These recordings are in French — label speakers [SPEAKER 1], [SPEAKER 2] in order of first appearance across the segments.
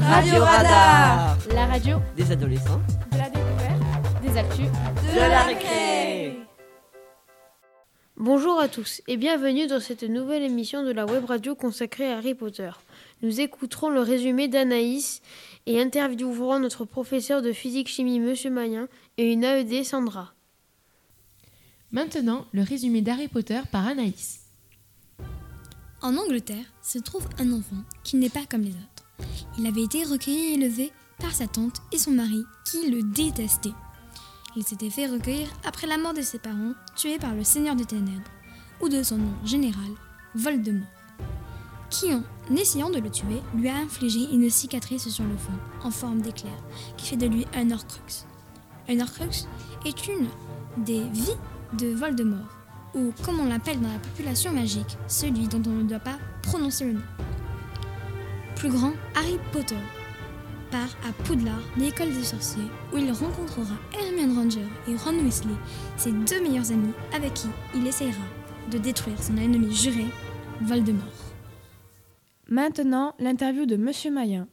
[SPEAKER 1] Radio Radar
[SPEAKER 2] La radio
[SPEAKER 3] des adolescents,
[SPEAKER 2] de la découverte, des actus.
[SPEAKER 1] de la récré.
[SPEAKER 4] Bonjour à tous et bienvenue dans cette nouvelle émission de la web radio consacrée à Harry Potter. Nous écouterons le résumé d'Anaïs et interviewerons notre professeur de physique-chimie Monsieur Mayen et une AED Sandra.
[SPEAKER 5] Maintenant, le résumé d'Harry Potter par Anaïs.
[SPEAKER 6] En Angleterre se trouve un enfant qui n'est pas comme les autres. Il avait été recueilli et élevé par sa tante et son mari qui le détestaient. Il s'était fait recueillir après la mort de ses parents, tués par le Seigneur des Ténèbres, ou de son nom général, Voldemort, qui en essayant de le tuer lui a infligé une cicatrice sur le front en forme d'éclair qui fait de lui un Horcrux. Un Horcrux est une des vies de Voldemort, ou comme on l'appelle dans la population magique, celui dont on ne doit pas prononcer le nom. Plus grand, Harry Potter part à Poudlard, l'école des sorciers, où il rencontrera Hermione Ranger et Ron Weasley, ses deux meilleurs amis, avec qui il essaiera de détruire son ennemi juré, Voldemort.
[SPEAKER 7] Maintenant, l'interview de Monsieur Mayen.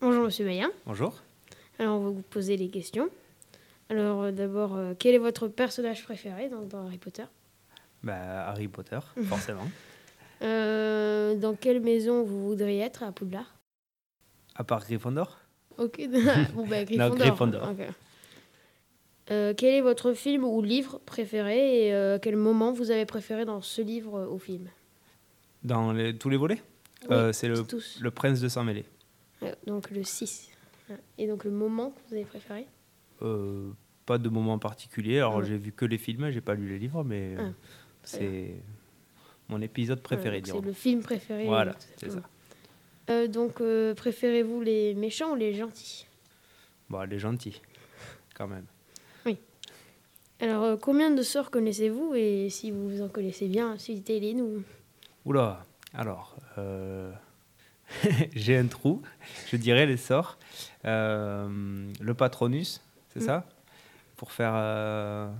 [SPEAKER 4] Bonjour Monsieur Mayen,
[SPEAKER 3] bonjour.
[SPEAKER 4] alors on va vous poser les questions. Alors euh, d'abord, euh, quel est votre personnage préféré dans, dans Harry Potter
[SPEAKER 3] Bah, Harry Potter, forcément.
[SPEAKER 4] Euh, Dans quelle maison vous voudriez être à Poudlard
[SPEAKER 3] À part Gryffondor
[SPEAKER 4] Ok, bon bah Gryffondor.
[SPEAKER 3] Gryffondor.
[SPEAKER 4] Ok. Euh, quel est votre film ou livre préféré et euh, quel moment vous avez préféré dans ce livre euh, ou film
[SPEAKER 3] Dans les- tous les volets
[SPEAKER 4] Oui,
[SPEAKER 3] Euh, C'est le,
[SPEAKER 4] Tous.
[SPEAKER 3] le prince de Saint-Mêlé.
[SPEAKER 4] Euh, donc le 6. Et donc le moment que vous avez préféré
[SPEAKER 3] Euh, pas de moment en particulier. Alors,
[SPEAKER 4] Ah.
[SPEAKER 3] j'ai vu que les films, j'ai pas lu les livres, mais euh,
[SPEAKER 4] Ah,
[SPEAKER 3] c'est mon épisode préféré,
[SPEAKER 4] Ouais, donc
[SPEAKER 3] dirons.
[SPEAKER 4] C'est le film préféré.
[SPEAKER 3] Voilà,
[SPEAKER 4] euh,
[SPEAKER 3] c'est ça.
[SPEAKER 4] Euh, donc euh, préférez-vous les méchants ou les gentils
[SPEAKER 3] Bon, elle est gentille, quand même.
[SPEAKER 4] Alors euh, combien de sorts connaissez-vous et si vous en connaissez bien, citez-les nous.
[SPEAKER 3] Oula, alors, euh, j'ai un trou, je dirais les sorts. Euh, le patronus, c'est
[SPEAKER 4] Mm.
[SPEAKER 3] ça Pour faire. euh,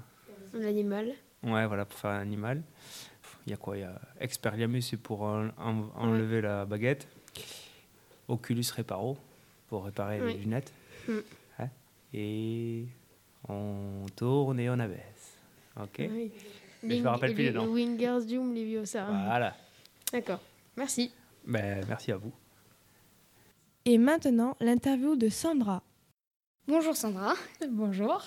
[SPEAKER 4] L'animal.
[SPEAKER 3] Ouais, voilà, pour faire un animal. Il y a quoi Il y a Expelliarmus, c'est pour en- en- enlever la baguette. Oculus Reparo, pour réparer
[SPEAKER 4] Oui.
[SPEAKER 3] les lunettes.
[SPEAKER 4] Mm.
[SPEAKER 3] Ouais. Et on tourne et on abaisse. Ok
[SPEAKER 4] Oui.
[SPEAKER 3] Mais je me rappelle plus les noms.
[SPEAKER 4] Wingers Doom, les vieux ça.
[SPEAKER 3] Voilà.
[SPEAKER 4] D'accord. Merci.
[SPEAKER 3] Ben, merci à vous.
[SPEAKER 7] Et maintenant, l'interview de Sandra.
[SPEAKER 8] Bonjour Sandra,
[SPEAKER 5] Bonjour.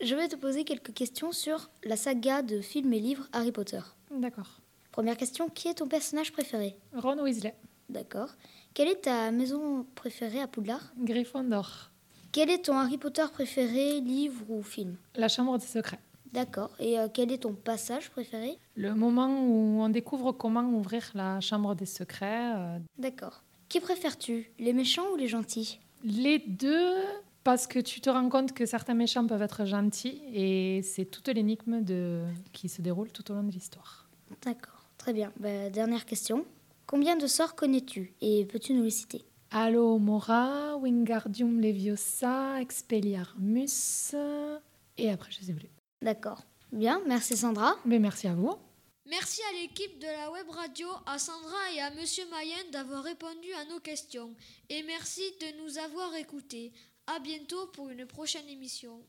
[SPEAKER 8] je vais te poser quelques questions sur la saga de films et livres Harry Potter.
[SPEAKER 5] D'accord.
[SPEAKER 8] Première question, qui est ton personnage préféré
[SPEAKER 5] Ron Weasley,
[SPEAKER 8] D'accord. Quelle est ta maison préférée à Poudlard
[SPEAKER 5] Gryffondor,
[SPEAKER 8] Quel est ton Harry Potter préféré, livre ou film
[SPEAKER 5] la chambre des secrets.
[SPEAKER 8] D'accord. Et euh, quel est ton passage préféré
[SPEAKER 5] Le moment où on découvre comment ouvrir la chambre des secrets. euh,
[SPEAKER 8] D'accord. Qui préfères-tu, les méchants ou les gentils
[SPEAKER 5] Les deux, parce que tu te rends compte que certains méchants peuvent être gentils et c'est toute l'énigme de... qui se déroule tout au long de l'histoire.
[SPEAKER 8] D'accord. Très bien. Bah, dernière question. Combien de sorts connais-tu et peux-tu nous les citer
[SPEAKER 5] Allo Mora, Wingardium Leviosa, Expelliarmus. euh, Et après, je sais plus.
[SPEAKER 8] D'accord. Bien, merci Sandra.
[SPEAKER 5] Mais merci à vous.
[SPEAKER 9] Merci à l'équipe de la web radio, à Sandra et à Monsieur Mayen d'avoir répondu à nos questions. Et merci de nous avoir écoutés. À bientôt pour une prochaine émission.